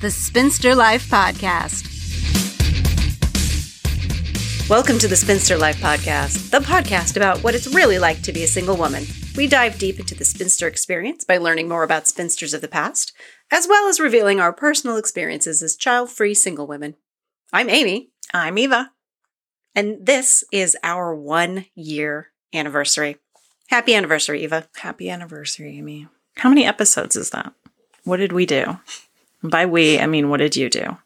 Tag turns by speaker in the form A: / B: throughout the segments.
A: the Spinster Life Podcast.
B: Welcome to the Spinster Life Podcast, the podcast about what it's really like to be a single woman. We dive deep into the spinster experience by learning more about spinsters of the past, as well as revealing our personal experiences as child free single women. I'm Amy,
C: I'm Eva.
B: and this is our one year anniversary. Happy anniversary, Eva.
C: Happy anniversary, Amy. How many episodes is that? What did we do? By we, I mean, what did you do?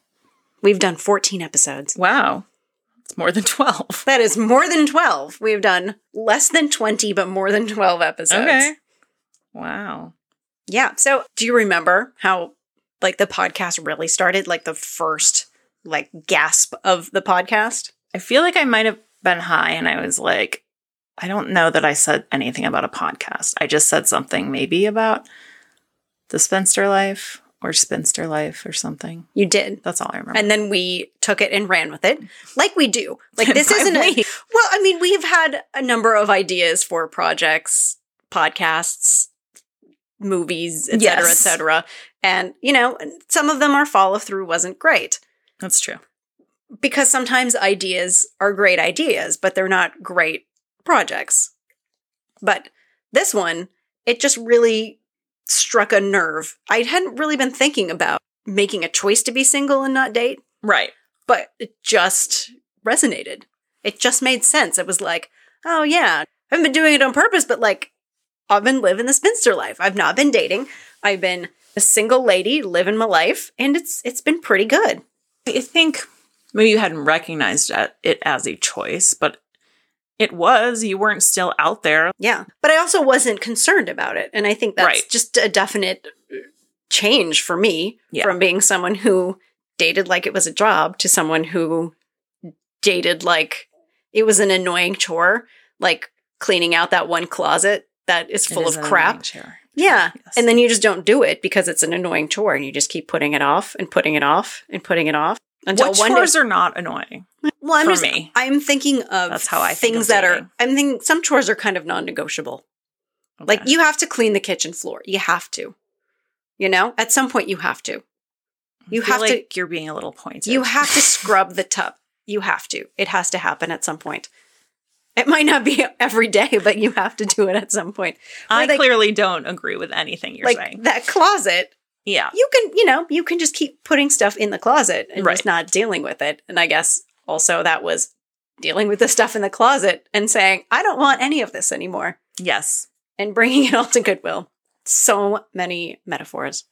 B: We've done 14 episodes.
C: Wow. It's more than 12.
B: That is more than 12. We've done less than 20, but more than 12 episodes.
C: Wow.
B: Yeah. So, do you remember how like the podcast really started? Like the first like gasp of the podcast?
C: I feel like I might have been high and I was like, I don't know that I said anything about a podcast. I just said something maybe about the spinster life or spinster life or something.
B: You did.
C: That's all I remember.
B: And then we took it and ran with it, like we do. Like this
C: By
B: isn't a,
C: we.
B: well. I mean, we've had a number of ideas for projects, podcasts, movies, etc., cetera,
C: Yes.
B: etc. And you know, some of them our follow through wasn't great.
C: That's true.
B: because sometimes ideas are great ideas, but they're not great projects. But this one, it just really struck a nerve. I hadn't really been thinking about making a choice to be single and not date,
C: Right.
B: but it just resonated. It just made sense. It was like, oh yeah, I haven't been doing it on purpose, but like, I've been living the spinster life. I've not been dating. I've been a single lady living my life, and it's it's been pretty good.
C: I think maybe you hadn't recognized that- it as a choice, but it was. You weren't still out there.
B: Yeah. But I also wasn't concerned about it. And I think that's
C: Right.
B: just a definite uh, change for me
C: Yeah.
B: from being someone who dated like it was a job to someone who dated like it was an annoying chore, like cleaning out that one closet that is full of crap. Yeah.
C: Yes.
B: And then you just don't do it because it's an annoying chore and you just keep putting it off and putting it off and putting it off until
C: What
B: one day-
C: chores are not annoying?
B: well, I'm
C: for
B: just,
C: me.
B: I'm thinking of
C: That's how I think
B: things
C: of
B: that
C: dating.
B: are I'm thinking some chores are kind of non-negotiable. Like
C: Okay.
B: you have to clean the kitchen floor. You have to. You know, at some point you have to. You
C: I feel
B: have
C: like you're being a little pointed.
B: to you have to scrub the tub. You have to. It has to happen at some point. It might not be every day, but you have to do it at some point. Or
C: I
B: they-
C: clearly don't agree with anything you're
B: like
C: saying.
B: that closet,
C: Yeah.
B: you can, you know, you can just keep putting stuff in the closet and
C: Right.
B: just not dealing with it. And I guess also that was dealing with the stuff in the closet and saying, I don't want any of this anymore
C: Yes.
B: and bringing it all to Goodwill. So many metaphors.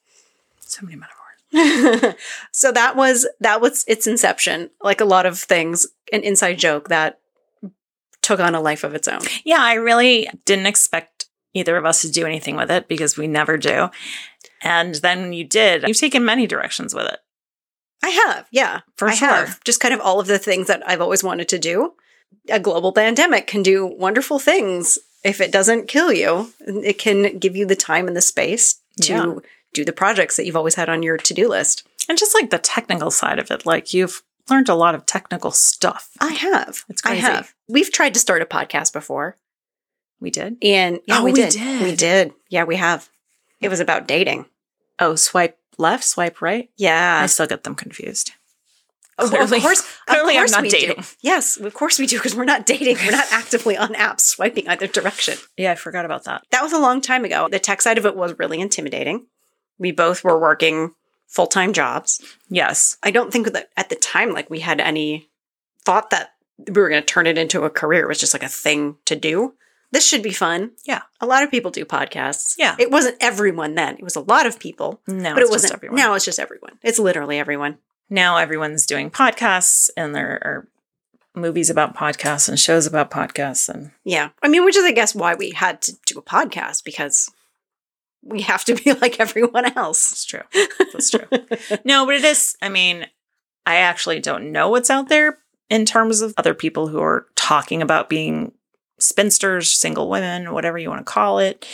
C: So many metaphors.
B: so that was that was its inception like a lot of things an inside joke that took on a life of its own
C: Yeah, I really didn't expect either of us to do anything with it because we never do. And then you did. You've taken many directions with it.
B: i have yeah
C: For
B: i
C: sure.
B: have just kind of all of the things that i've always wanted to do a global pandemic can do wonderful things if it doesn't kill you it can give you the time and the space to
C: Yeah.
B: do the projects that you've always had on your to-do list
C: And just like the technical side of it, like you've learned a lot of technical stuff.
B: i have
C: It's
B: i
C: crazy.
B: have we've tried to start a podcast before
C: We did.
B: and yeah,
C: Oh,
B: we,
C: we
B: did.
C: did.
B: we did yeah we have it was about dating
C: Oh, swipe left, swipe right. I
B: Yeah. Oh,
C: still get them confused.
B: Of-
C: Clearly-
B: of course,
C: clearly
B: of
C: I'm
B: course
C: not
B: we do.
C: dating.
B: Yes, of course we do because we're not dating. We're not actively on apps swiping either direction.
C: Yeah, I forgot about that.
B: That was a long time ago. The tech side of it was really intimidating. We both were working full time jobs.
C: Yes.
B: I don't think that at the time, like we had any thought that we were going to turn it into a career. It was just like a thing to do. This should be fun.
C: Yeah.
B: A lot of people do podcasts.
C: Yeah.
B: It wasn't everyone then. It was a lot of people,
C: No,
B: but it
C: it's
B: wasn't.
C: just everyone.
B: Now it's just everyone. It's literally everyone.
C: now everyone's doing podcasts and there are movies about podcasts and shows about podcasts and
B: Yeah. I mean, which is, I guess, why we had to do a podcast because we have to be like everyone else.
C: it's true. That's true. no, but it is I mean, I actually don't know what's out there in terms of other people who are talking about being spinsters, single women, whatever you want to call it.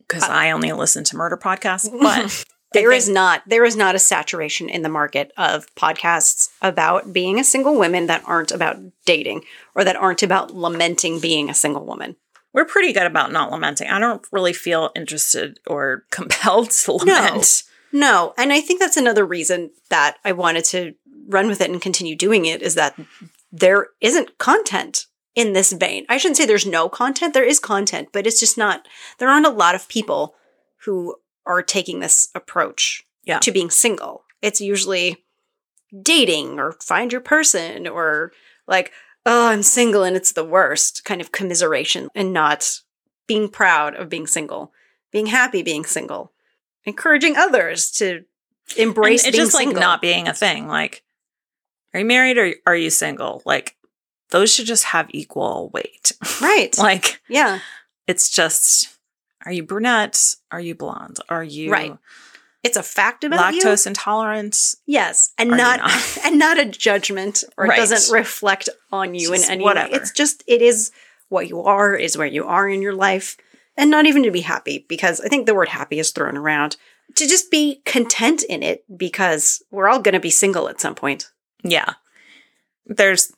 C: Because I only listen to murder podcasts, but
B: There
C: I
B: is not there is not a saturation in the market of podcasts about being a single woman that aren't about dating or that aren't about lamenting being a single woman.
C: we're pretty good about not lamenting. I don't really feel interested or compelled to lament.
B: No, and I think that's another reason that I wanted to run with it and continue doing it is that there isn't content in this vein. I shouldn't say there's no content, there is content, but it's just not, there aren't a lot of people who are taking this approach
C: Yeah.
B: to being single. It's usually dating or find your person or like, oh, I'm single and it's the worst kind of commiseration and not being proud of being single, being happy being single, encouraging others to
C: And
B: embrace
C: it's
B: being
C: just like
B: single.
C: not being a thing. Like, are you married or are you single? Like, those should just have equal weight.
B: right.
C: like,
B: yeah.
C: it's just, are you brunette? Are you blonde? Are you
B: Right. It's a fact about you.
C: lactose intolerant?
B: Yes, and
C: Are you
B: not,
C: not?
B: and not a judgment or
C: Right.
B: it doesn't reflect on you
C: Just
B: in any
C: whatever.
B: way. It's just it is what you are is where you are in your life and not even to be happy because I think the word happy is thrown around. To just be content in it because we're all going to be single at some point.
C: Yeah. There's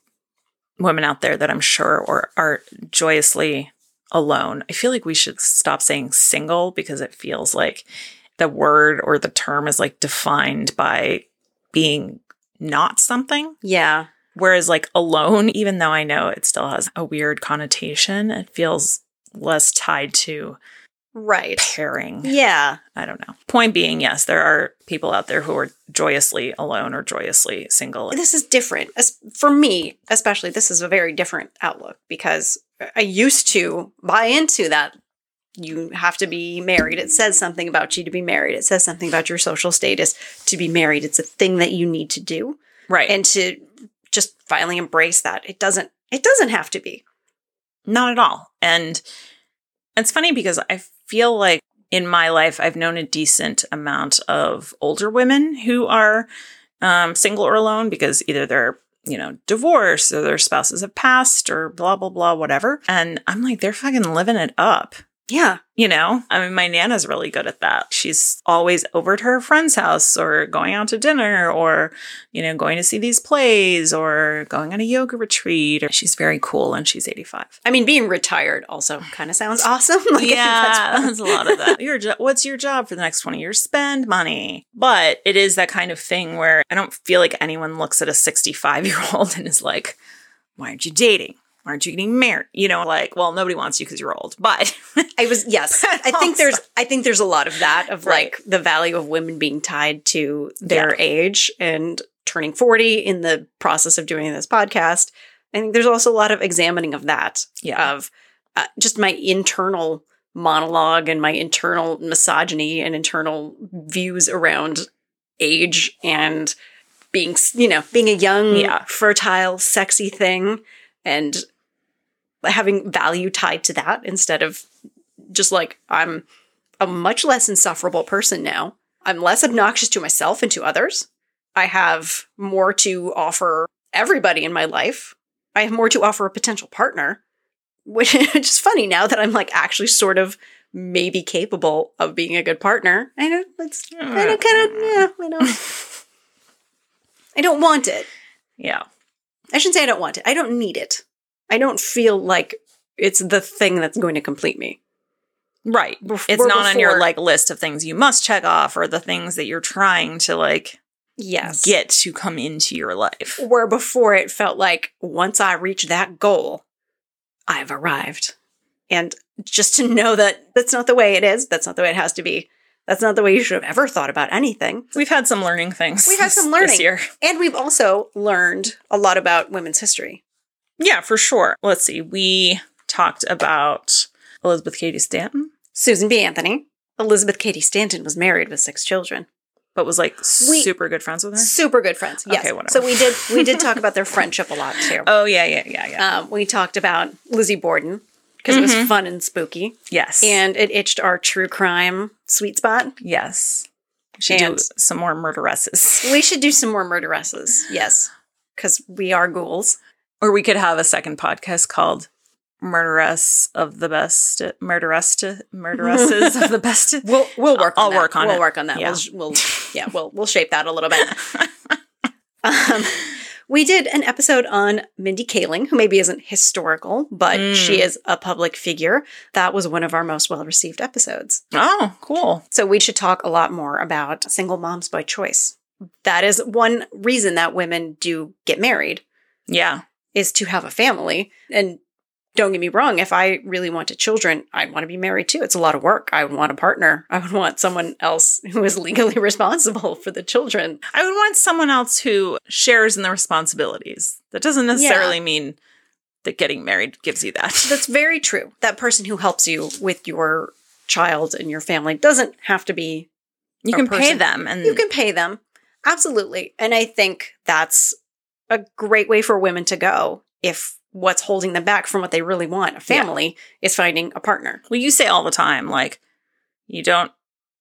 C: women out there that I'm sure or are joyously alone. I feel like we should stop saying single because it feels like the word or the term is like defined by being not something.
B: Yeah.
C: Whereas like alone, even though I know it still has a weird connotation, it feels less tied to
B: Right.
C: pairing.
B: Yeah.
C: I don't know. Point being, yes, there are people out there who are joyously alone or joyously single.
B: This is different. As- For me, especially, this is a very different outlook because I used to buy into that. You have to be married. It says something about you to be married. It says something about your social status to be married. It's a thing that you need to do
C: Right.
B: and to just finally embrace that. It doesn't it doesn't have to be.
C: Not at all. And it's funny because I feel like in my life, I've known a decent amount of older women who are um, single or alone because either they're, you know, divorced or their spouses have passed or blah, blah, blah, whatever. And I'm like, they're fucking living it up.
B: Yeah.
C: You know, I mean, my Nana's really good at that. She's always over to her friend's house or going out to dinner or, you know, going to see these plays or going on a yoga retreat. Or she's very cool and she's 85
B: I mean, being retired also kind of sounds awesome. Like,
C: yeah,
B: that's-
C: that's a lot of that. Your jo- what's your job for the next 20 years? Spend money. But it is that kind of thing where I don't feel like anyone looks at a 65 year old and is like, why aren't you dating? Why aren't you getting married? You know, like, well, nobody wants you because you're old. But
B: I was yes. I think there's I think there's a lot of that of
C: Oh, Right.
B: like the value of women being tied to their
C: Yeah.
B: age and turning 40 in the process of doing this podcast. I think there's also a lot of examining of that
C: yeah,
B: of uh, just my internal monologue and my internal misogyny and internal views around age and being s- you know being a young
C: Yeah.
B: fertile sexy thing and having value tied to that instead of just like i'm a much less insufferable person now i'm less obnoxious to myself and to others i have more to offer everybody in my life i have more to offer a potential partner which is just funny now that i'm like actually sort of maybe capable of being a good partner i know it's I don't kind of, yeah, I don't. I don't want it.
C: yeah,
B: I shouldn't say I don't want it. I don't need it. I don't feel like it's the thing that's going to complete me.
C: right.
B: Bef-
C: It's
B: where
C: not on your
B: before-
C: like list of things you must check off or the things that you're trying to like
B: Yes.
C: get to come into your life.
B: Where before it felt like once I reach that goal, I've arrived. And just to know that that's not the way it is, that's not the way it has to be, that's not the way you should have ever thought about anything.
C: We've had some learning things.
B: We've had
C: this-
B: some learning.
C: this year.
B: And we've also learned a lot about women's history.
C: Yeah, for sure. Let's see. We talked about Elizabeth Cady Stanton,
B: Susan B. Anthony. Elizabeth Cady Stanton was married with six children.
C: but was like
B: We-
C: super good friends with her.
B: Super good friends. Yes.
C: Okay, whatever.
B: So we did we did talk about their friendship a lot too.
C: Oh yeah, yeah, yeah, yeah.
B: Um, we talked about Lizzie Borden because it
C: Mm-hmm.
B: was fun and spooky,
C: yes,
B: and it itched our true crime sweet spot.
C: yes. We Should
B: and-
C: do some more murderesses,
B: We should do some more murderesses. Yes, because we are ghouls.
C: or we could have a second podcast called "Murderess of the Best," "Murderess to Murderesses of the Best."
B: We'll we'll work.
C: I'll
B: on that.
C: work on
B: we'll
C: it.
B: work on that.
C: Yeah.
B: We'll, we'll yeah we'll we'll shape that a little bit. um, We did an episode on Mindy Kaling, who maybe isn't historical, but
C: Mm.
B: she is a public figure. That was one of our most well received episodes.
C: Oh, cool.
B: So we should talk a lot more about single moms by choice. That is one reason that women do get married
C: Yeah.
B: is to have a family. And don't get me wrong, if I really wanted children, I'd want to be married too. It's a lot of work. I would want a partner. I would want someone else who is legally responsible for the children.
C: I would want someone else who shares in the responsibilities. That doesn't necessarily mean that getting married gives you that.
B: That's very true. That person who helps you with your child and your family doesn't have to be
C: you
B: a
C: can pay
B: person.
C: them and
B: You can pay them. Absolutely. And I think that's a great way for women to go if what's holding them back from what they really want, a family, is finding a partner.
C: well, you say all the time, like, you don't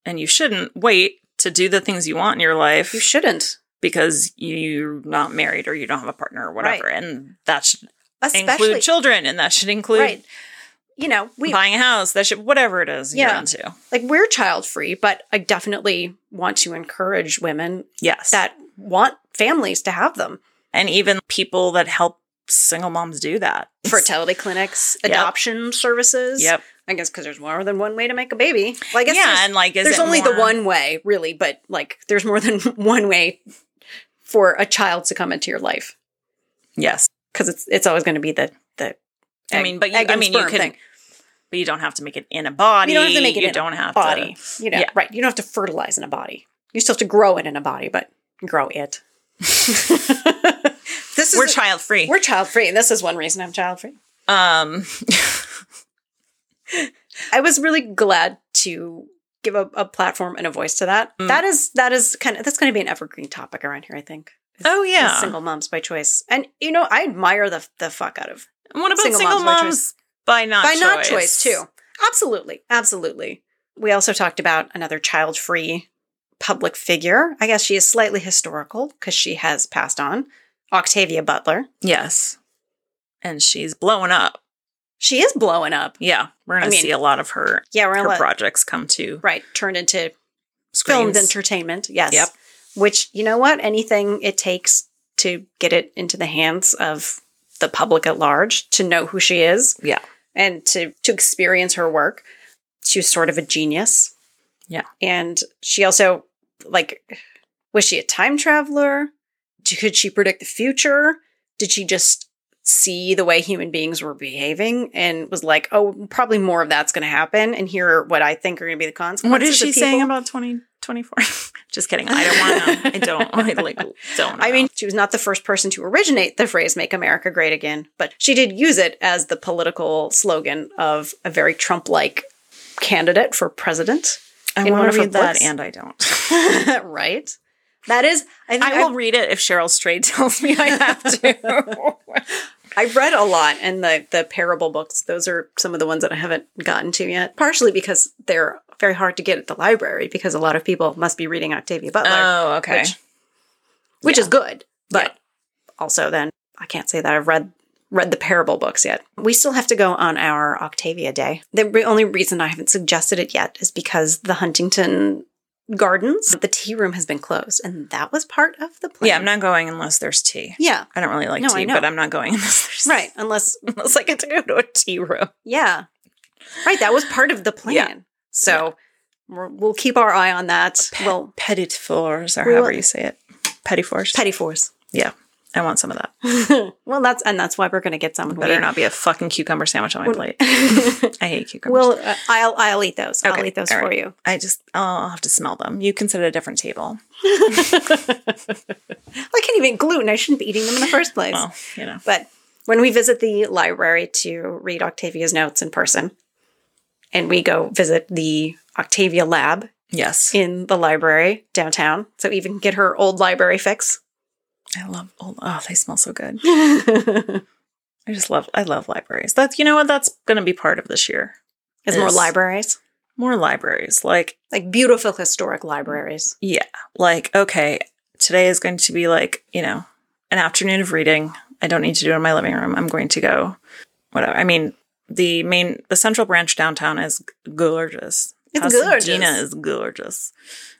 C: and you shouldn't wait to do the things you want in your life
B: You shouldn't.
C: because you're not married or you don't have a partner or whatever. And that should
B: Especially
C: include children and that should include
B: right. You know, we
C: buying a house. That should whatever it is you're
B: Yeah.
C: into.
B: like we're child free, but I definitely want to encourage women
C: Yes.
B: that want families to have them.
C: and even people that help single moms do that.
B: Fertility clinics,
C: Yep.
B: adoption services.
C: Yep.
B: I guess because there's more than one way to make a baby. Well, I guess
C: yeah,
B: there's,
C: and like is
B: there's
C: it
B: only the
C: more-
B: one way, really, but like there's more than one way for a child to come into your life
C: Yes,
B: because it's it's always going to be the the.
C: I
B: egg-
C: mean, but you,
B: egg
C: I
B: and
C: mean, you
B: sperm
C: can,
B: thing.
C: but you don't have to make it in a body.
B: You don't have to make it
C: You
B: in a
C: don't have
B: body.
C: to.
B: You know,
C: yeah.
B: right? You don't have to fertilize in a body. You still have to grow it in a body, but grow it. this is
C: We're child free.
B: We're child free, and this is one reason I'm child free.
C: Um,
B: I was really glad to give a, a platform and a voice to that.
C: Mm.
B: That is that is kind of that's going to be an evergreen topic around here. I think. Is-
C: Oh,
B: is
C: yeah.
B: single moms by choice, and you know I admire the the fuck out of
C: what about
B: Single
C: single,
B: moms by
C: moms,
B: choice.
C: by not
B: by
C: choice?
B: not choice too. Absolutely, absolutely. We also talked about another child free public figure. I guess she is slightly historical because she has passed on. Octavia Butler.
C: Yes, and she's blowing up.
B: She is blowing up.
C: Yeah, we're gonna
B: I mean-
C: see a lot of her
B: Yeah, we're
C: her
B: gonna let-
C: projects come to
B: right turned into
C: screens.
B: filmed entertainment. Yes.
C: Yep.
B: Which you know what? Anything it takes to get it into the hands of the public at large to know who she is
C: yeah,
B: and to to experience her work. She was sort of a genius.
C: Yeah.
B: And she also like was she a time traveler? D- Could she predict the future? Did she just see the way human beings were behaving and was like, oh, probably more of that's going to happen. And here are what I think are going to be the consequences.
C: what is she
B: of people.
C: saying about twenty twenty four? Just kidding. I don't want to. I don't. I like don't.
B: I
C: know.
B: mean, she was not the first person to originate the phrase make America great again, but she did use it as the political slogan of a very Trump like candidate for president.
C: I
B: in one
C: want
B: of
C: to
B: her
C: read that,
B: books.
C: and I don't.
B: right? That is, I think
C: I
B: I,
C: will read it if Cheryl Strait tells me I have to.
B: I read a lot in the, the parable books. Those are some of the ones that I haven't gotten to yet, partially because they're very hard to get at the library because a lot of people must be reading Octavia Butler,
C: oh, okay.
B: Which- which is good, but
C: Yeah.
B: also then I can't say that I've read read the parable books yet. We still have to go on our Octavia Day. The re- only reason I haven't suggested it yet is because the Huntington Gardens, the tea room has been closed, and that was part of the plan.
C: yeah, I'm not going unless there's tea.
B: Yeah,
C: I don't really like
B: No, I
C: tea,
B: know.
C: but I'm not going unless there's
B: right. Unless,
C: Unless I get to go to a tea room.
B: yeah, right. That was part of the plan.
C: Yeah.
B: So we're, we'll keep our eye on that. well,
C: Petit fours, or
B: We will-
C: however you say it. Petit fours.
B: petty force.
C: yeah, I want some of that.
B: Well, that's and that's why we're going to get some.
C: Better not be a fucking cucumber sandwich on my plate. I hate cucumbers.
B: Well, uh, I'll I'll eat those. I'll
C: Okay,
B: eat those
C: all
B: for
C: right.
B: you.
C: I just I'll have to smell them. You can sit at a different table.
B: I can't even eat gluten. I shouldn't be eating them in the first place.
C: Well, you know.
B: But when we visit the library to read Octavia's notes in person, and we go visit the Octavia lab
C: Yes,
B: in the library downtown, so even get her old library fix.
C: I love. Oh, oh, they smell so good.
B: It's
C: I just love. I love libraries. That's you know what. That's going to be part of this year.
B: more
C: Yes.
B: libraries,
C: More libraries. Like
B: like beautiful historic libraries.
C: Yeah. Like, okay, today is going to be like, you know, an afternoon of reading. I don't need to do it in my living room. I'm going to go whatever. I mean, the main the central branch downtown is gorgeous.
B: It's
C: Pasadena
B: gorgeous.
C: is gorgeous.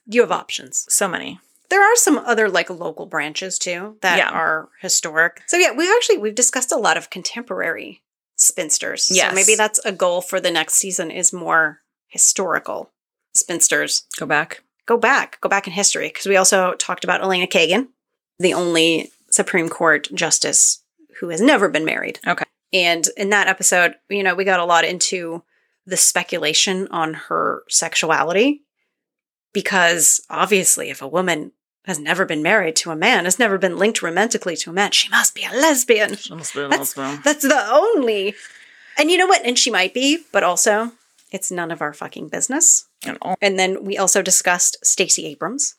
B: You have options.
C: So many.
B: There are some other like local branches too that
C: Yeah.
B: are historic. So yeah, we've actually we've discussed a lot of contemporary spinsters.
C: Yes.
B: So maybe that's a goal for the next season is more historical spinsters.
C: Go back.
B: Go back, go back in history because we also talked about Elena Kagan, the only Supreme Court justice who has never been married.
C: Okay.
B: And in that episode, you know, we got a lot into the speculation on her sexuality because obviously, if a woman has never been married to a man, has never been linked romantically to a man, she must be a lesbian. That's- That's the only. And you know what? And she might be, but also, it's none of our fucking business.
C: And all-
B: And then we also discussed Stacey Abrams.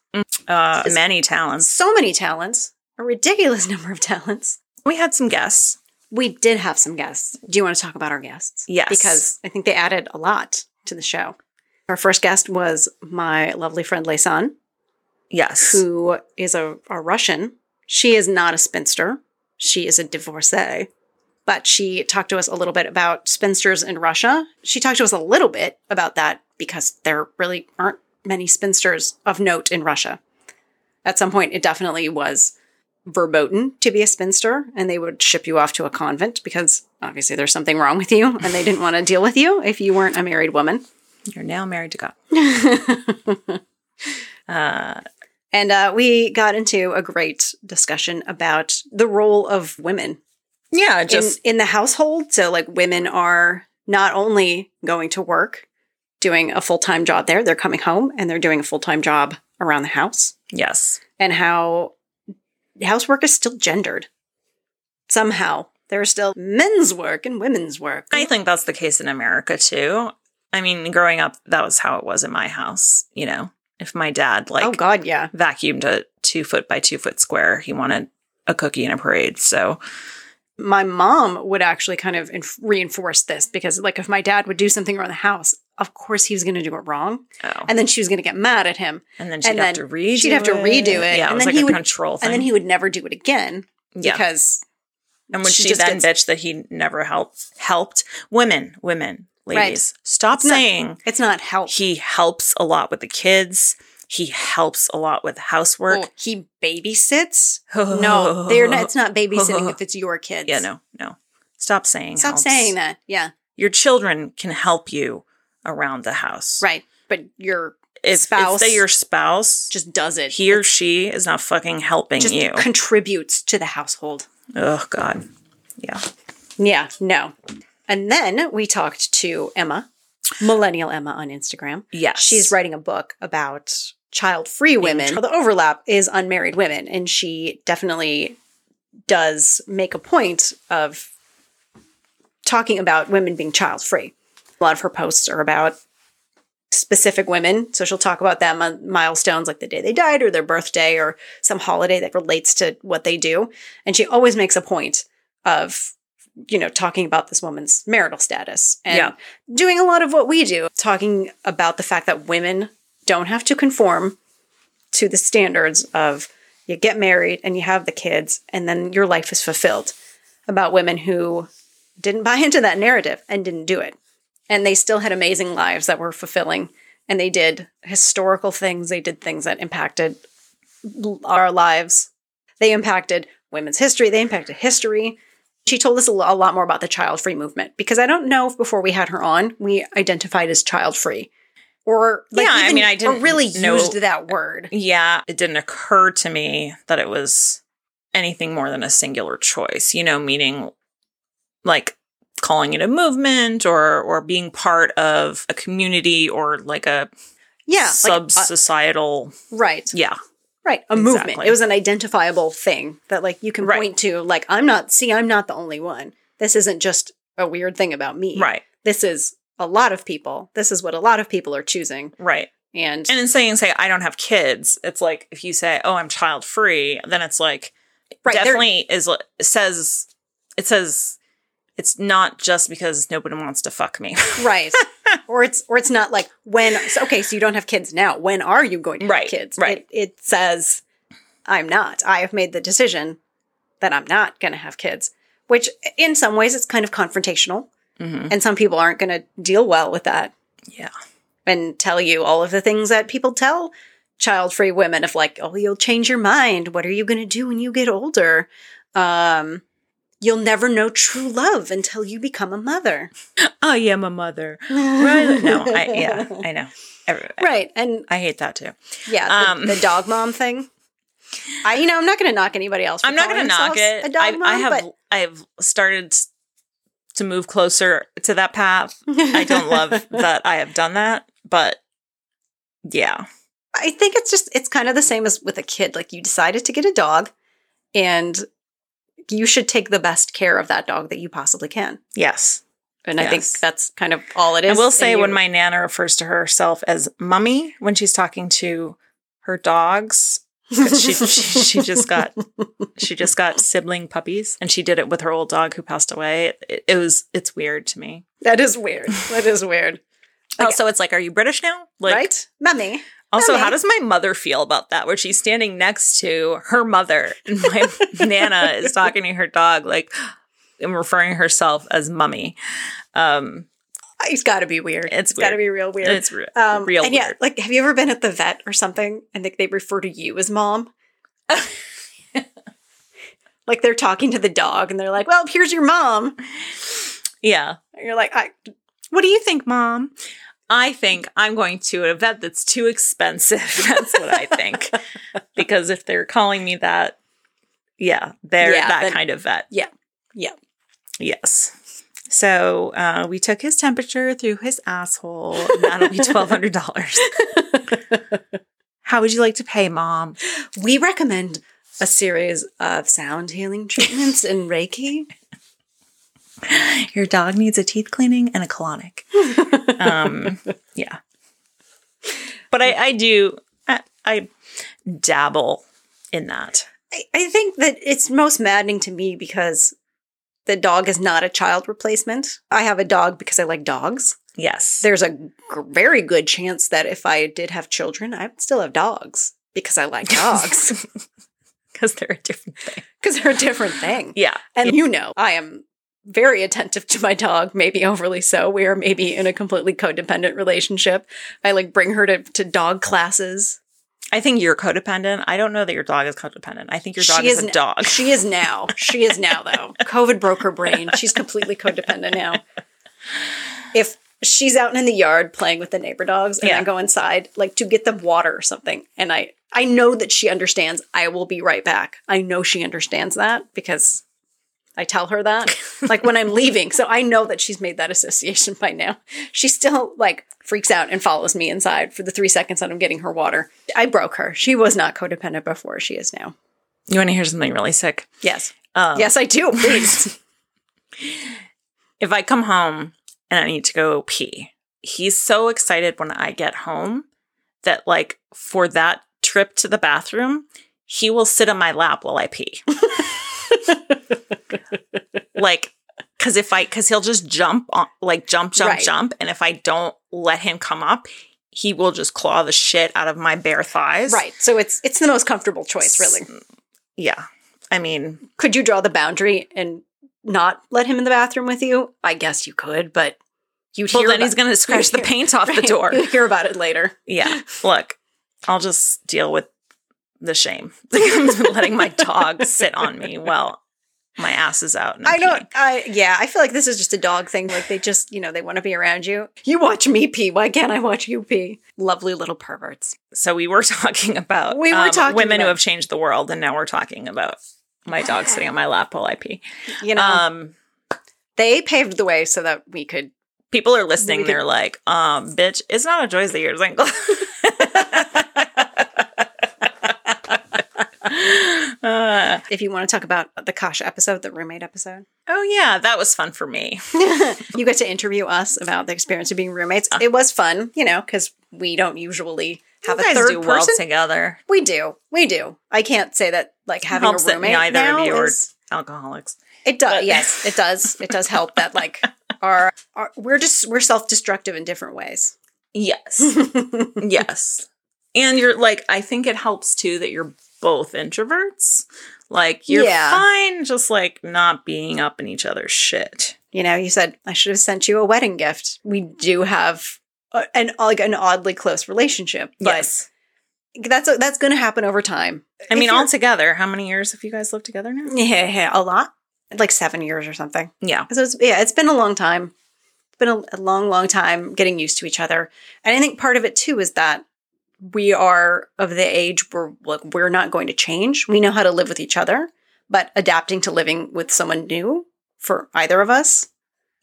C: Uh,
B: Is-
C: many talents.
B: So many talents, a ridiculous number of talents.
C: We had some guests.
B: We did have some guests. Do you want to talk about our guests?
C: Yes.
B: Because I think they added a lot to the show. Our first guest was my lovely friend Leisan,
C: Yes.
B: who is a, a Russian. She is not a spinster, she is a divorcee. But she talked to us a little bit about spinsters in Russia. She talked to us a little bit about that because there really aren't many spinsters of note in Russia. At some point, it definitely was verboten to be a spinster, and they would ship you off to a convent because obviously there's something wrong with you, and they didn't want to deal with you if you weren't a married woman.
C: You're now married to God.
B: And uh, we got into a great discussion about the role of women
C: Yeah,
B: in, in the household. So, like, women are not only going to work, doing a full time job there, they're coming home and they're doing a full time job around the house,
C: yes.
B: and how housework is still gendered somehow. There's still men's work and women's work.
C: I think that's the case in America too. I mean, growing up, that was how it was in my house. You know, if my dad like
B: oh, God, yeah.
C: vacuumed a two foot by two foot square, he wanted a cookie and a parade. So
B: my mom would actually kind of inf- reinforce this because like if my dad would do something around the house of course he was going to do it wrong
C: Oh.
B: and then she was going to get mad at him
C: And then she'd
B: And
C: have to
B: then
C: redo.
B: she'd have to redo it,
C: Yeah,
B: and
C: it was
B: then
C: like
B: he
C: a
B: would-
C: control thing.
B: and then he would never do it again
C: yeah.
B: because
C: And when
B: she
C: she,
B: just
C: then bitched that he never helped helped women, women, ladies, stop
B: not-
C: saying
B: it's not help
C: he helps a lot with the kids. He helps a lot with housework.
B: Well, he babysits no they're not it's not babysitting if it's your kids
C: Yeah, no, no. Stop saying.
B: stop
C: helps.
B: saying that yeah
C: Your children can help you around the house.
B: right but your
C: If,
B: Spouse.
C: if they your spouse,
B: just does it
C: he or she is not fucking helping
B: just
C: you.
B: contributes to the household
C: oh God. Yeah.
B: yeah no and then we talked to emma millennial emma on instagram
C: Yes.
B: she's writing a book about child free women. The overlap is unmarried women, and she definitely does make a point of talking about women being child free. A lot of her posts are about specific women. So she'll talk about them on milestones like the day they died or their birthday or some holiday that relates to what they do. And she always makes a point of, you know, talking about this woman's marital status and
C: Yeah.
B: doing a lot of what we do, talking about the fact that women don't have to conform to the standards of you get married and you have the kids and then your life is fulfilled. About women who didn't buy into that narrative and didn't do it. And they still had amazing lives that were fulfilling. And they did historical things, they did things that impacted l- our lives. They impacted women's history, they impacted history. She told us a lo- a lot more about the child free movement because I don't know if before we had her on, we identified as child free. Or like
C: Yeah, I
B: even-
C: mean, I
B: or
C: didn't
B: really
C: know-
B: used that word.
C: yeah, it didn't occur to me that it was anything more than a singular choice, you know, meaning like calling it a movement or or being part of a community or like a
B: Yeah,
C: sub
B: like, uh,
C: societal
B: right.
C: yeah.
B: Right, a movement.
C: Exactly.
B: It was an identifiable thing that like you can
C: Right.
B: point to like I'm not see I'm not the only one. This isn't just a weird thing about me.
C: Right.
B: This is a lot of people. This is what a lot of people are choosing
C: Right.
B: and,
C: And in saying say I don't have kids, it's like if you say, Oh, I'm child free, then it's like
B: right there-
C: definitely is li- says it says it's not just because nobody wants to fuck me.
B: right. or it's or it's not like when so, okay, so you don't have kids now. When are you going to
C: Right,
B: have kids?
C: right.
B: It, it says I'm not. I have made the decision that I'm not going to have kids, which in some ways it's kind of confrontational
C: mm-hmm.
B: and some people aren't going to deal well with that.
C: Yeah.
B: and tell you all of the things that people tell child free women of like, oh, you'll change your mind. What are you going to do when you get older? Um, you'll never know true love until you become a mother. Oh,
C: I am a mother. Right? No, I, yeah, I know. Every- I-
B: Right. And
C: I hate that too.
B: yeah, the,
C: Um.
B: the dog mom thing. I, you know, I'm not going to knock anybody else. for
C: I'm not going to
B: calling
C: knock
B: themselves
C: it.
B: A dog
C: I,
B: mom,
C: I have
B: but-
C: I've started s- to move closer to that path. I don't love that I have done that, but yeah,
B: I think it's just it's kind of the same as with a kid. Like you decided to get a dog, and you should take the best care of that dog that you possibly can.
C: yes.
B: And I think
C: Yes.
B: that's kind of all it is.
C: I will say
B: And
C: when
B: you-
C: my nana refers to herself as mummy when she's talking to her dogs, 'cause she, she she just got she just got sibling puppies, and she did it with her old dog who passed away. It, it was it's weird to me.
B: that is weird. That is weird, Like-
C: Also, it's like, are you British now? Like,
B: Oh, right, mummy?
C: Also,
B: Mummy.
C: how does my mother feel about that? Where she's standing next to her mother, and my nana is talking to her dog, like, and referring herself as mummy. Um,
B: It's got to be weird.
C: It's
B: got to
C: weird.
B: be real weird.
C: it's re-
B: um,
C: real
B: and yeah,
C: weird.
B: like have you ever been at the vet or something and like they refer to you as mom? like they're talking to the dog and they're like, "Well, here's your mom."
C: Yeah.
B: And you're like, "I
C: What do you think, mom? I think I'm going to a vet that's too expensive. That's what I think. because if they're calling me that, yeah, they're
B: Yeah,
C: that
B: then-
C: kind of vet.
B: yeah. Yeah.
C: Yes. So uh, we took his temperature through his asshole. and That'll be twelve hundred dollars. How would you like to pay, Mom?
B: we recommend a series of sound healing treatments and Reiki."
C: Your dog needs a teeth cleaning and a colonic. Um, yeah, but I, I do. I, I dabble in that.
B: I, I think that it's most maddening to me because the dog is not a child replacement. I have a dog because I like dogs.
C: Yes,
B: There's a g- very good chance that if I did have children, I would still have dogs because I like dogs
C: because they're a different thing.
B: because they're a different thing.
C: Yeah,
B: And you know, I am very attentive to my dog, maybe overly so. We are maybe in a completely codependent relationship. I like bring her to, to dog classes.
C: I think you're codependent. I don't know that your dog is codependent. I think your dog
B: She
C: is,
B: is
C: a
B: n-
C: dog.
B: She is now. She is now, though. COVID broke her brain. She's completely codependent now. If she's out in the yard playing with the neighbor dogs and
C: Yeah.
B: I go inside, like to get them water or something, and I I know that she understands I will be right back. I know she understands that because I tell her that. like when I'm leaving. So I know that she's made that association by now. She still like freaks out and follows me inside for the three seconds that I'm getting her water. I broke her. She was not codependent before. She is now.
C: You want to hear something really sick?
B: Yes.
C: Um,
B: Yes, I do. Please.
C: if I come home and I need to go pee, he's so excited when I get home that, like, for that trip to the bathroom, he will sit on my lap while I pee. like, because if I, because he'll just jump on, like, jump, jump,
B: Right.
C: jump. And if I don't let him come up, he will just claw the shit out of my bare thighs.
B: right. So it's it's the most comfortable choice, really.
C: Yeah. I mean,
B: Could you draw the boundary and not let him in the bathroom with you? I guess you could, but you'd
C: well,
B: hear
C: then he's going to scratch the paint off the door.
B: you hear about it later.
C: Yeah. Look, I'll just deal with the shame. Letting my dog sit on me while my ass is out. And I'm
B: I don't
C: peeing.
B: I yeah, I feel like this is just a dog thing. Like they just, you know, they want to be around you. You watch me pee. Why can't I watch you pee? Lovely little perverts.
C: So we were talking about um,
B: We were talking
C: women who
B: about-
C: have changed the world, and now we're talking about my dog sitting on my lap while I pee.
B: You know,
C: Um,
B: they paved the way so that we could
C: people are listening.
B: We could-
C: they're like, um, "Bitch, it's not a choice that you're single." Uh,
B: if you want to talk about the Kasha episode, the roommate episode.
C: oh yeah, that was fun for me.
B: you get to interview us about the experience of being roommates. It was fun, you know, because we don't usually have
C: you
B: a
C: guys
B: third
C: do
B: person.
C: well together.
B: we do, we do. I can't say that like having
C: Helps
B: a
C: that
B: roommate
C: neither
B: now
C: of you are
B: is-
C: alcoholics.
B: it does.
C: but-
B: yes, it does. It does help that like our, our we're just we're self destructive in different ways.
C: Yes. yes. And you're like, I think it helps too that you're both introverts. Like, you're
B: Yeah.
C: fine just like not being up in each other's shit.
B: You know, you said I should have sent you a wedding gift. We do have a, an like an oddly close relationship, but that's that's going to happen over time.
C: I
B: If
C: mean,
B: you're-
C: all together, how many years have you guys lived together now?
B: Yeah, yeah, a lot, like seven years or something.
C: Yeah.
B: So it's, yeah, it's been a long time. It's been a, a long, long time getting used to each other, and I think part of it too is that we are of the age where like we're not going to change. We know how to live with each other, but adapting to living with someone new for either of us,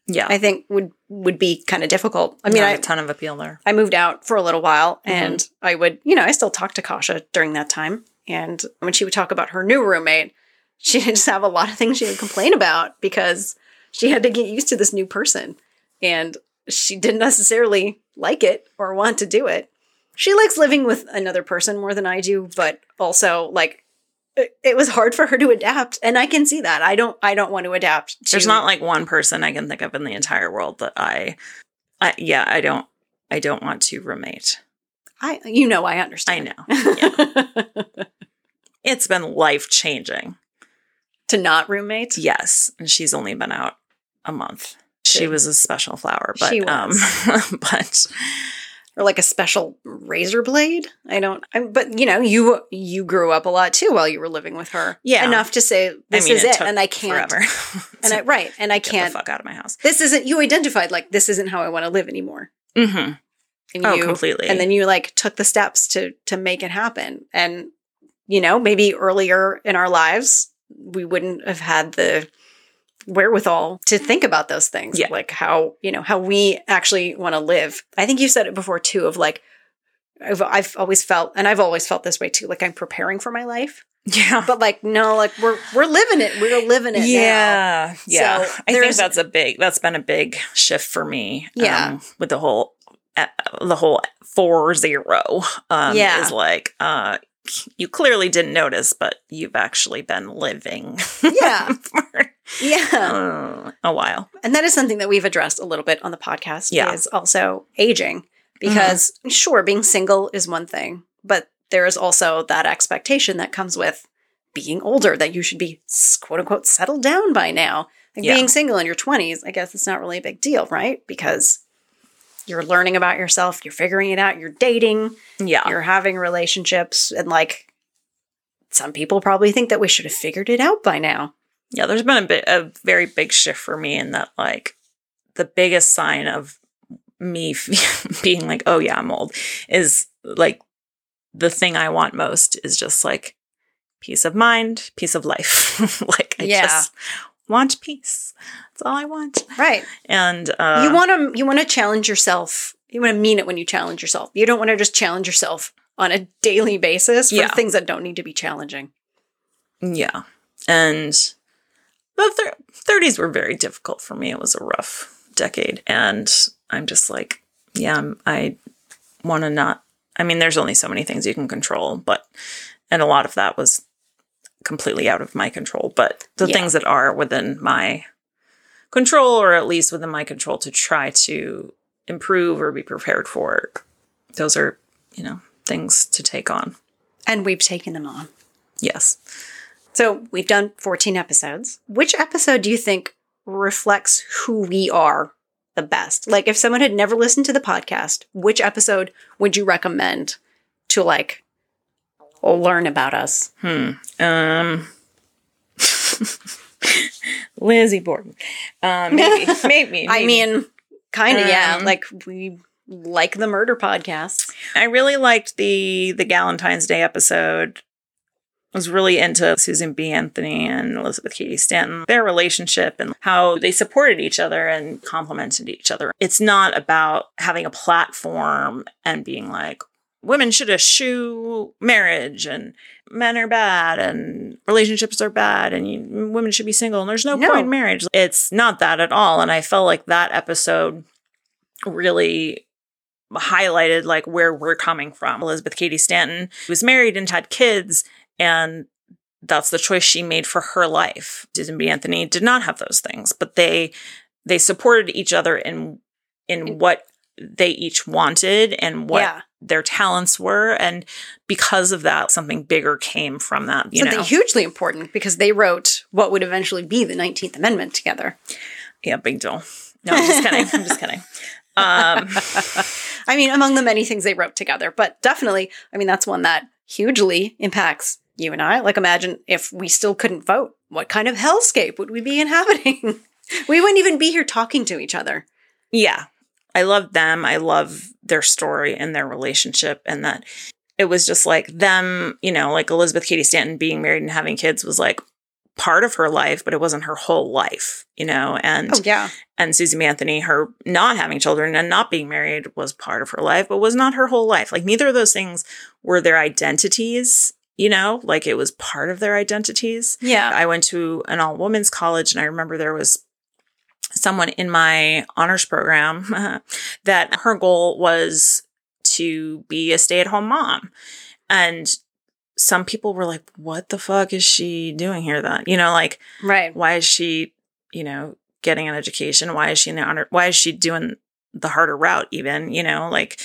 C: Yeah.
B: I think would would be kind of difficult. I mean,
C: Not
B: I
C: a ton of appeal there.
B: I moved out for a little while
C: Mm-hmm.
B: and I would, you know, I still talked to Kasha during that time. And when she would talk about her new roommate, she would just have a lot of things she would complain about because she had to get used to this new person and she didn't necessarily like it or want to do it. She likes living with another person more than I do, but also like it, it was hard for her to adapt and I can see that. I don't I don't want to adapt. To,
C: There's not like one person I can think of in the entire world that I, I yeah, I don't, I don't want to roommate.
B: I you know I
C: I
B: understand.
C: know it's been life changing.
B: to not roommate.
C: Yes, and she's only been out a month. She
B: Good.
C: was a special flower, but
B: She
C: um, but
B: or like a special razor blade. I don't, I, but you know, you you grew up a lot too while you were living with her.
C: Yeah.
B: enough to say this
C: mean,
B: is
C: it
B: it,
C: took
B: and I can't.
C: forever.
B: And I right, and I
C: Get
B: can't.
C: the fuck out of my house.
B: This isn't you identified like this isn't how I want to live anymore.
C: hmm
B: And
C: Oh,
B: Mm-hmm. you,
C: completely.
B: and then you like took the steps to to make it happen. And you know, maybe earlier in our lives we wouldn't have had the wherewithal to think about those things
C: Yeah.
B: like how you know how we actually want to live i think you said it before too of like I've, I've always felt and i've always felt this way too like i'm preparing for my life
C: yeah.
B: but like no like we're we're living it we're living it now.
C: yeah, yeah.
B: So
C: I
B: there
C: think
B: is-
C: that's a big. That's been a big shift for me.
B: Yeah.
C: um, with the whole, uh, the whole four zero. Um,
B: Yeah.
C: is like, uh, you clearly didn't notice, but you've actually been living.
B: Yeah.
C: for
B: yeah
C: uh, a while.
B: and that is something that we've addressed a little bit on the podcast
C: Yeah.
B: is also aging because sure being single is one thing but there is also that expectation that comes with being older that you should be s- quote unquote settled down by now like
C: Yeah.
B: being single in your 20s i guess it's not really a big deal right because you're learning about yourself you're figuring it out you're dating
C: Yeah,
B: you're having relationships and like some people probably think that we should have figured it out by now
C: yeah. There's been a bit, a very big shift for me in that, like, the biggest sign of me being like, oh yeah, I'm old, is like the thing I want most is just like peace of mind, peace of life. like, I
B: Yeah.
C: just want peace. That's all I want.
B: right
C: And uh,
B: you want to you want to challenge yourself. You want to mean it when you challenge yourself. You don't want to just challenge yourself on a daily basis for
C: Yeah.
B: things that don't need to be challenging.
C: yeah, and the thir- 30s were very difficult for me. It was a rough decade. And I'm just like, yeah, I'm, I want to not. I mean, there's only so many things you can control, but, and a lot of that was completely out of my control. But the
B: Yeah.
C: things that are within my control, or at least within my control to try to improve or be prepared for, those are, you know, things to take on.
B: And we've taken them on.
C: Yes.
B: So we've done 14 episodes. Which episode do you think reflects who we are the best? Like if someone had never listened to the podcast, which episode would you recommend to like learn about us?
C: Um, Lizzie Borden. Um, maybe, maybe,
B: I
C: maybe.
B: mean, kind of yeah,
C: Um,
B: like we like the murder podcast.
C: I really liked the the Galentine's Day episode. I was really into Susan B. Anthony and Elizabeth Cady Stanton, their relationship and how they supported each other and complemented each other. It's not about having a platform and being like, women should eschew marriage and men are bad and relationships are bad and you, women should be single and there's no,
B: No.
C: point in marriage. It's not that at all. And I felt like that episode really highlighted like where we're coming from. Elizabeth Cady Stanton was married and had kids and that's the choice she made for her life. Susan B. Anthony did not have those things, but they they supported each other in in what they each wanted and what
B: yeah.
C: their talents were and because of that something bigger came from that you
B: something
C: know
B: hugely important because they wrote what would eventually be the 19th Amendment together.
C: yeah big deal no i'm just kidding i'm just kidding um
B: I mean, among the many things they wrote together, but definitely, I mean, that's one that hugely impacts you and I. Like, imagine if we still couldn't vote, what kind of hellscape would we be inhabiting? we wouldn't even be here talking to each other.
C: Yeah. I love them. I love their story and their relationship and that it was just like them, you know, like Elizabeth Cady Stanton being married and having kids was like part of her life, but it wasn't her whole life, you know. And
B: Oh, yeah.
C: and Susan Anthony, her not having children and not being married was part of her life, but was not her whole life. Like neither of those things were their identities, you know, like it was part of their identities.
B: Yeah.
C: I went to an all women's college, and I remember there was someone in my honors program that her goal was to be a stay at home mom. And some people were like, What the fuck is she doing here? That, you know, like,
B: Right.
C: why is she, you know, getting an education? Why is she in the honor? Why is she doing the harder route, even, you know, like,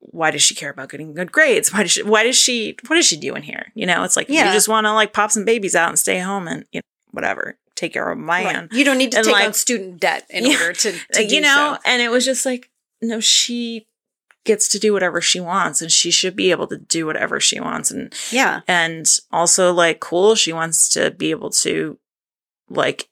C: why does she care about getting good grades? Why does she, why does she, what is she doing here? You know, it's like,
B: Yeah.
C: you just want to like pop some babies out and stay home and, you know, whatever, take care of my
B: Right.
C: own,
B: You don't need to
C: And,
B: take
C: like-
B: out student debt in
C: Yeah.
B: order to, to
C: Like,
B: do
C: you know,
B: so.
C: and it was just like, no, she gets to do whatever she wants and she should be able to do whatever she wants. And
B: Yeah.
C: and also like cool she wants to be able to like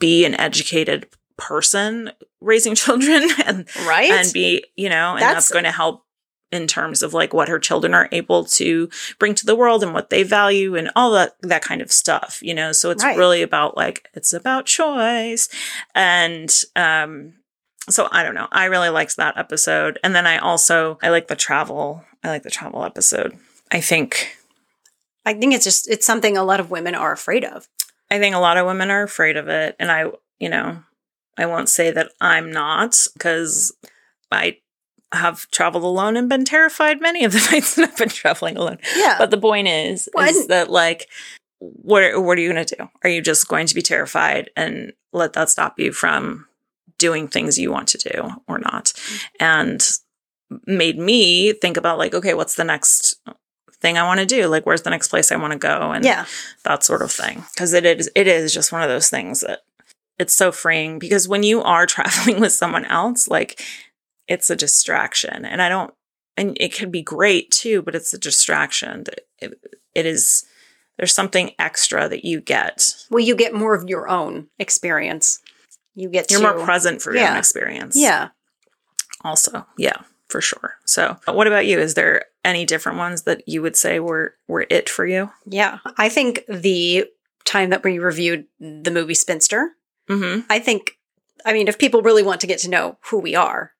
C: be an educated person raising children and
B: Right.
C: and be you know and that's,
B: That's-
C: going to help in terms of like what her children are able to bring to the world and what they value and all that that kind of stuff you know so it's
B: Right.
C: really about like it's about choice and um so i don't know i really liked that episode and then i also i like the travel i like the travel episode i think
B: I think it's just, it's something a lot of women are afraid of.
C: I think a lot of women are afraid of it. And I, you know, I won't say that I'm not because I have traveled alone and been terrified many of the nights that I've been traveling alone.
B: Yeah.
C: But the point is,
B: Well,
C: is
B: and-
C: that like, what, what are you going to do? Are you just going to be terrified and let that stop you from doing things you want to do or not?
B: Mm-hmm.
C: And made me think about like, okay, what's the next thing I want to do? Like, where's the next place I want to go? And
B: yeah.
C: that sort of thing because it is it is just one of those things that it's so freeing because when you are traveling with someone else like it's a distraction and i don't and it can be great too but it's a distraction that it, it is there's something extra that you get
B: Well, you get more of your own experience. You get
C: you're
B: to,
C: more present for your own
B: Yeah.
C: experience
B: Yeah.
C: also yeah for sure so but what about you is there any different ones that you would say were were it for you
B: Yeah. I think the time that we reviewed the movie Spinster,
C: mm-hmm
B: I think, I mean, if people really want to get to know who we are,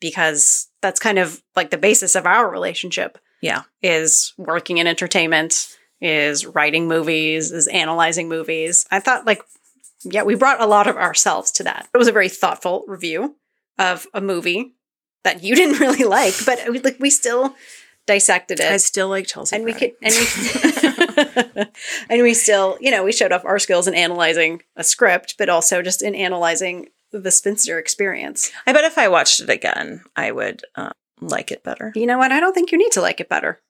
B: because that's kind of like the basis of our relationship.
C: Yeah.
B: Is working in entertainment, is writing movies, is analyzing movies. I thought, like, yeah, we brought a lot of ourselves to that. It was a very thoughtful review of a movie that you didn't really like, but like we still dissected it
C: i still like chelsea
B: and we
C: Grin.
B: could and we and we still you know we showed off our skills in analyzing a script but also just in analyzing the spinster experience
C: I bet if I watched it again, I would um, like it better.
B: you know what i don't think you need to like it better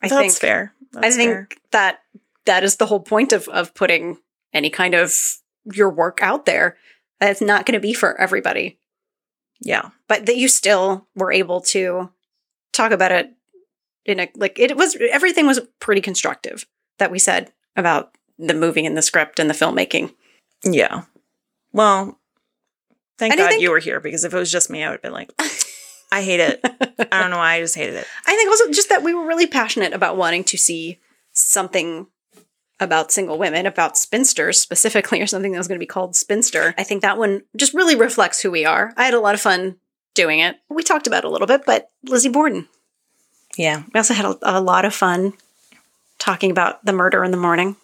B: i
C: That's
B: think
C: fair.
B: i
C: That's
B: think
C: fair.
B: that that is the whole point of of putting any kind of your work out there that it's not going to be for everybody
C: yeah,
B: but that you still were able to talk about it in a like it was everything was pretty constructive that we said about the movie and the script and the filmmaking.
C: yeah. Well, thank
B: I do
C: God
B: think-
C: you were here because if it was just me, I would have been like, I hate it. I don't know why I just hated it.
B: I think also just that we were really passionate about wanting to see something about single women, about spinsters specifically, or something that was going to be called spinster. I think that one just really reflects who we are. I had a lot of fun doing it. We talked about it a little bit, but Lizzie Borden.
C: Yeah,
B: We also had a, a lot of fun talking about the murder in the morning.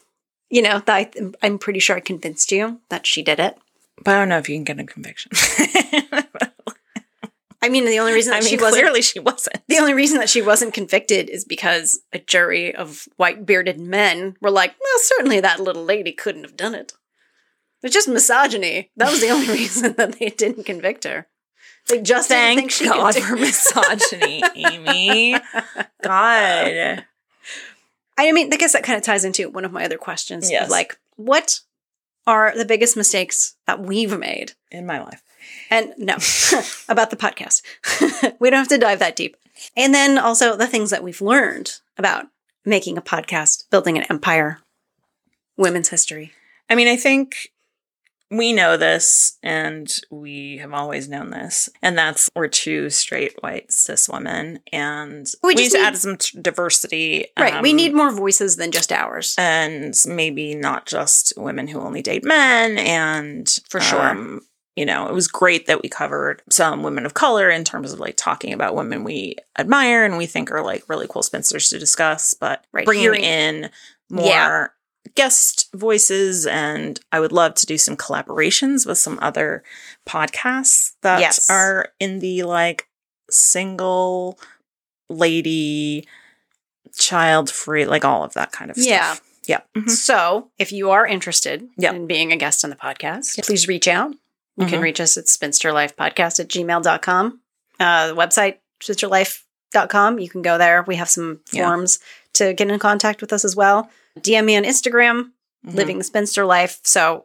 B: You know, that I, I'm pretty sure I convinced you that she did it.
C: but I don't know if you can get a conviction.
B: I mean, the only reason that
C: I mean,
B: she wasn't
C: clearly she wasn't.
B: the only reason that she wasn't convicted is because a jury of white bearded men were like, well, certainly that little lady couldn't have done it. It's just misogyny. That was the only reason that they didn't convict her. They just didn't think
C: Thank
B: she
C: God
B: could do-
C: for misogyny, Amy. God.
B: I mean, I guess that kind of ties into one of my other questions. of,
C: Yes.
B: Like, what are the biggest mistakes that we've made.
C: in my life.
B: And no, about the podcast. we don't have to dive that deep. And then also the things that we've learned about making a podcast, building an empire, women's history.
C: I mean, I think we know this and we have always known this. And that's we're two straight white cis women and
B: We
C: we,
B: just
C: need to
B: need-
C: add some t- diversity.
B: Right. we
C: um,
B: need more voices than just ours.
C: and maybe not just women who only date men and
B: For sure.
C: um, you know it was great that we covered some women of color in terms of like talking about women we admire and we think are like really cool spinsters to discuss but
B: Right,
C: bringing
B: hearing-
C: in more
B: Yeah.
C: guest voices and i would love to do some collaborations with some other podcasts that
B: Yes.
C: are in the like single lady child free like all of that kind of
B: Yeah.
C: stuff yeah
B: Mm-hmm.
C: Mhm.
B: So if you are interested
C: Yeah.
B: in being a guest on the podcast,
C: Yeah.
B: please reach out. You can
C: Mhm.
B: reach us at spinsterlifepodcast at gmail.com. Uh, the website, spinsterlife.com. You can go there. We have some
C: Yeah.
B: forms to get in contact with us as well. DM me on Instagram.
C: Mhm.
B: living the spinster life. So,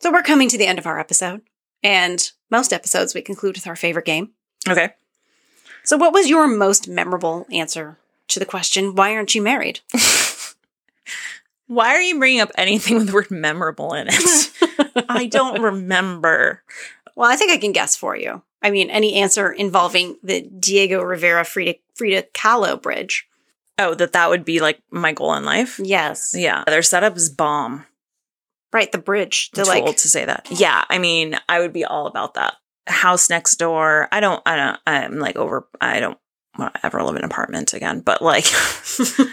B: so we're coming to the end of our episode, and most episodes we conclude with our favorite game.
C: okay
B: So, what was your most memorable answer to the question "Why aren't you married?"
C: Why are you bringing up anything with the word memorable in it? I don't remember.
B: Well, I think I can guess for you. I mean, any answer involving the Diego Rivera Frida Frida Kahlo bridge.
C: Oh, that that would be like my goal in life.
B: Yes,
C: Yeah, their setup is bomb.
B: right, the bridge.
C: I'm
B: The
C: too old
B: like,
C: to say that. Yeah, I mean, I would be all about that. House next door. I don't. I don't. I'm like over. I don't want to ever live in an apartment again. But like,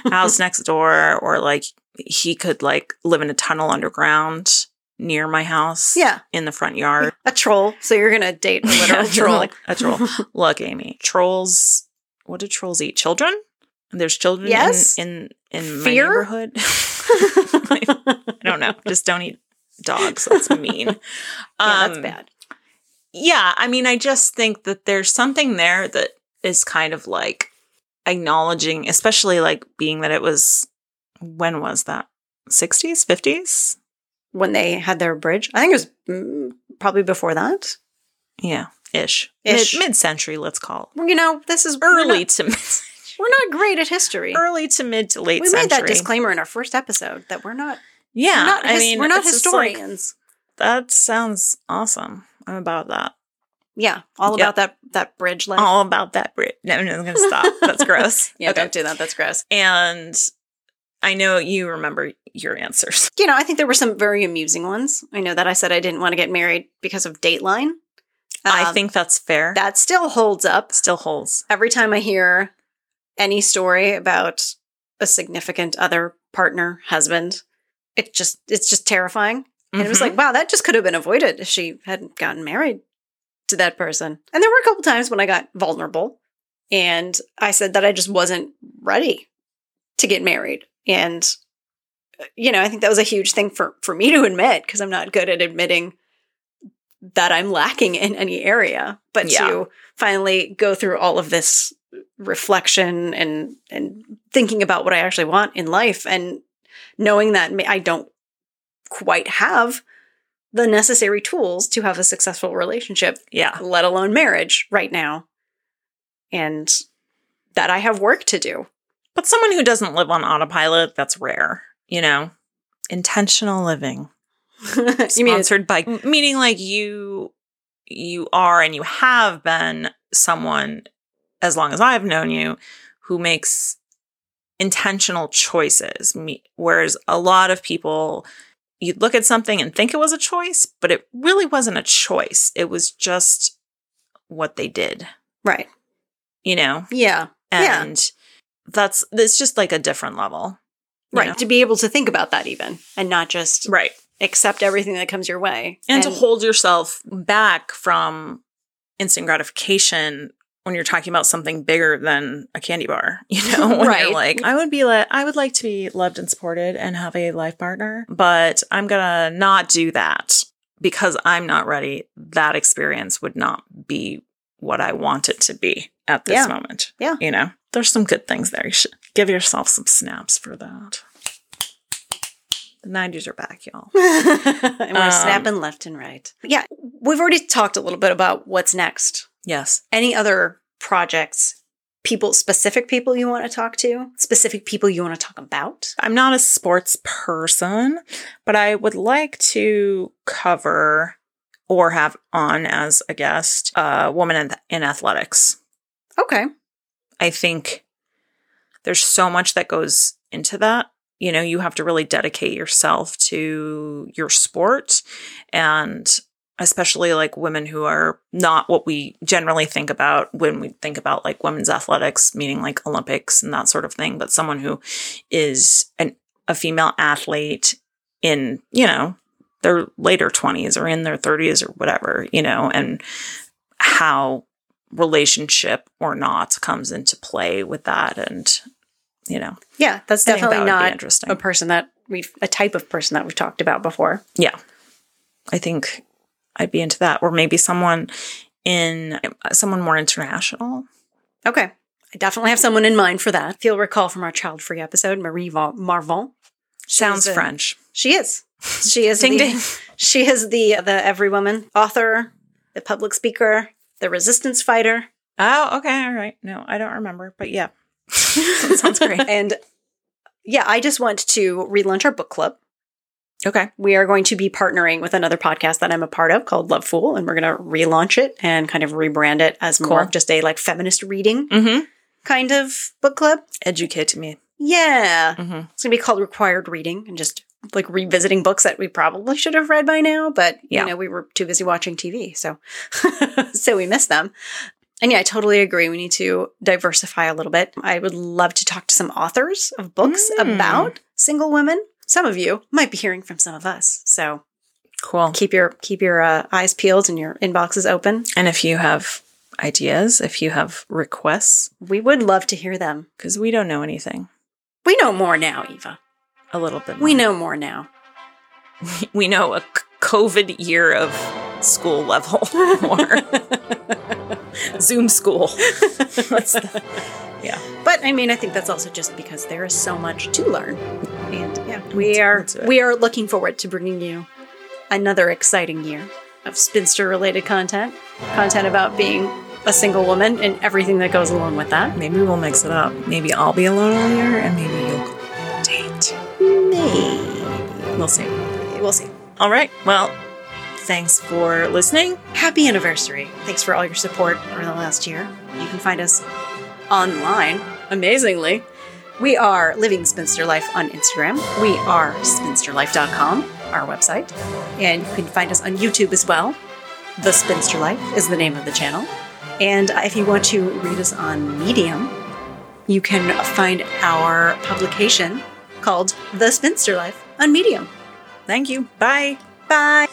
C: house next door, or like he could like live in a tunnel underground near my house.
B: Yeah.
C: in the front yard.
B: a troll. So you're gonna date a literal
C: Yeah,
B: troll.
C: Like, a troll. Look, Amy. Trolls. What do trolls eat? Children. And there's children.
B: Yes.
C: In in,
B: Fear?
C: in my neighborhood. I don't know. Just don't eat dogs. That's mean.
B: yeah, that's
C: Um,
B: bad.
C: Yeah. I mean, I just think that there's something there that is kind of like acknowledging, especially like being that it was. When was that? 60s, 50s?
B: When they had their bridge, I think it was mm, probably before that.
C: Yeah, ish.
B: Ish.
C: Mid century, let's call.
B: Well, you know, this is we're
C: Early
B: not-
C: to mid
B: We're not great at history.
C: early to mid to late
B: we
C: century.
B: made that disclaimer in our first episode that we're not
C: Yeah,
B: we're not,
C: I
B: his-
C: mean,
B: we're not
C: it's just like,
B: historians.
C: that sounds awesome. I'm about that.
B: yeah, all
C: Yeah. Oh,
B: about that that bridge life.
C: All about that Brit. No, no, I'm gonna stop. That's gross.
B: yeah,
C: Okay.
B: don't do that. That's gross.
C: And I know you remember your answers.
B: You know, I think there were some very amusing ones. I know that I said I didn't want to get married because of Dateline.
C: I
B: Um,
C: think that's fair. That
B: that still holds up.
C: still holds.
B: Every time I hear any story about a significant other, partner, husband, it just it's just terrifying. And it was
C: Mhm.
B: like, wow, that just could have been avoided if she hadn't gotten married to that person. And there were a couple times when I got vulnerable and I said that I just wasn't ready to get married. And uh, you know, I think that was a huge thing for for me to admit because I'm not good at admitting that I'm lacking in any area, but
C: Yeah.
B: to finally go through all of this reflection and and thinking about what I actually want in life and knowing that ma- I don't quite have the necessary tools to have a successful relationship,
C: yeah,
B: let alone marriage right now. And that I have work to do.
C: but someone who doesn't live on autopilot, that's rare. You know, intentional living.
B: you mean
C: sponsored by meaning like you you are and you have been someone as long as I've known you who makes intentional choices Me- whereas a lot of people you'd look at something and think it was a choice but it really wasn't a choice it was just what they did
B: right?
C: you know
B: Yeah, Yeah.
C: and that's it's just like a different level you
B: right.
C: know?
B: To be able to think about that even, and not just
C: right
B: accept everything that comes your way,
C: and, to hold yourself back from instant gratification when you're talking about something bigger than a candy bar, you know, when
B: Right.
C: you're like, I would be like, I would like to be loved and supported and have a life partner, but I'm gonna not do that because I'm not ready. That experience would not be what I want it to be at this
B: Yeah.
C: moment.
B: Yeah.
C: you know, there's some good things there. You should give yourself some snaps for that. The 90s are back, y'all.
B: and we're
C: Um,
B: snapping left and right. Yeah, we've already talked a little bit about what's next.
C: Yes.
B: Any other projects, people, specific people you want to talk to, specific people you want to talk about?
C: I'm not a sports person, but I would like to cover or have on as a guest a woman in, in athletics.
B: Okay.
C: I think there's so much that goes into that. You know, you have to really dedicate yourself to your sport and especially like women who are not what we generally think about when we think about like women's athletics, meaning like Olympics and that sort of thing, but someone who is an a female athlete in, you know, their later 20s or in their 30s or whatever, you know, and how relationship or not comes into play with that and you know
B: Yeah, that's
C: I think that
B: definitely
C: would be
B: not
C: interesting
B: a person that we've, a type of person that we've talked about before.
C: yeah i think i'd be into that or maybe someone in someone more international
B: Okay. I definitely have someone in mind for that. If you'll recall from our child free episode, Marie Va- Marvon.
C: sounds
B: the-
C: french
B: She is. She is
C: Ding
B: the,
C: ding.
B: She is the the every woman author, the public speaker, the resistance fighter.
C: oh okay all right no i don't remember but yeah sounds great
B: and yeah, I just want to relaunch our book club.
C: okay
B: We are going to be partnering with another podcast that I'm a part of called Love Fool, and we're going to relaunch it and kind of rebrand it as more
C: Cool.
B: of just a like feminist reading
C: mm-hmm
B: kind of book club.
C: educate me
B: Yeah.
C: mm-hmm
B: It's going to be called Required Reading and just like revisiting books that we probably should have read by now, but
C: Yeah.
B: you know, we were too busy watching TV, so so we missed them. And yeah, I totally agree. We need to diversify a little bit. I would love to talk to some authors of books
C: Mm.
B: about single women. Some of you might be hearing from some of us. So
C: cool
B: keep your keep your uh, eyes peeled and your inboxes open.
C: and if you have ideas if you have requests
B: We would love to hear them.
C: because we don't know anything
B: We know more now, Eva.
C: a little bit more.
B: We know more now.
C: we know a c- COVID year of school level more. Zoom school. That's the- yeah.
B: But I mean, I think that's also just because there is so much to learn. And yeah, we
C: Let's-
B: are
C: let's do it.
B: we are looking forward to bringing you another exciting year of spinster related content, content about being a single woman and everything that goes along with that.
C: Maybe we'll mix it up. Maybe I'll be alone all year and maybe you'll date. We'll see.
B: We'll see.
C: All right. Well, thanks for listening.
B: Happy anniversary. Thanks for all your support over the last year. You can find us online, amazingly. We are Living Spinster Life on Instagram. We are spinsterlife.com, our website. And you can find us on YouTube as well. The Spinster Life is the name of the channel. And if you want to read us on Medium, you can find our publication called The Spinster Life on Medium.
C: Thank you. Bye.
B: Bye.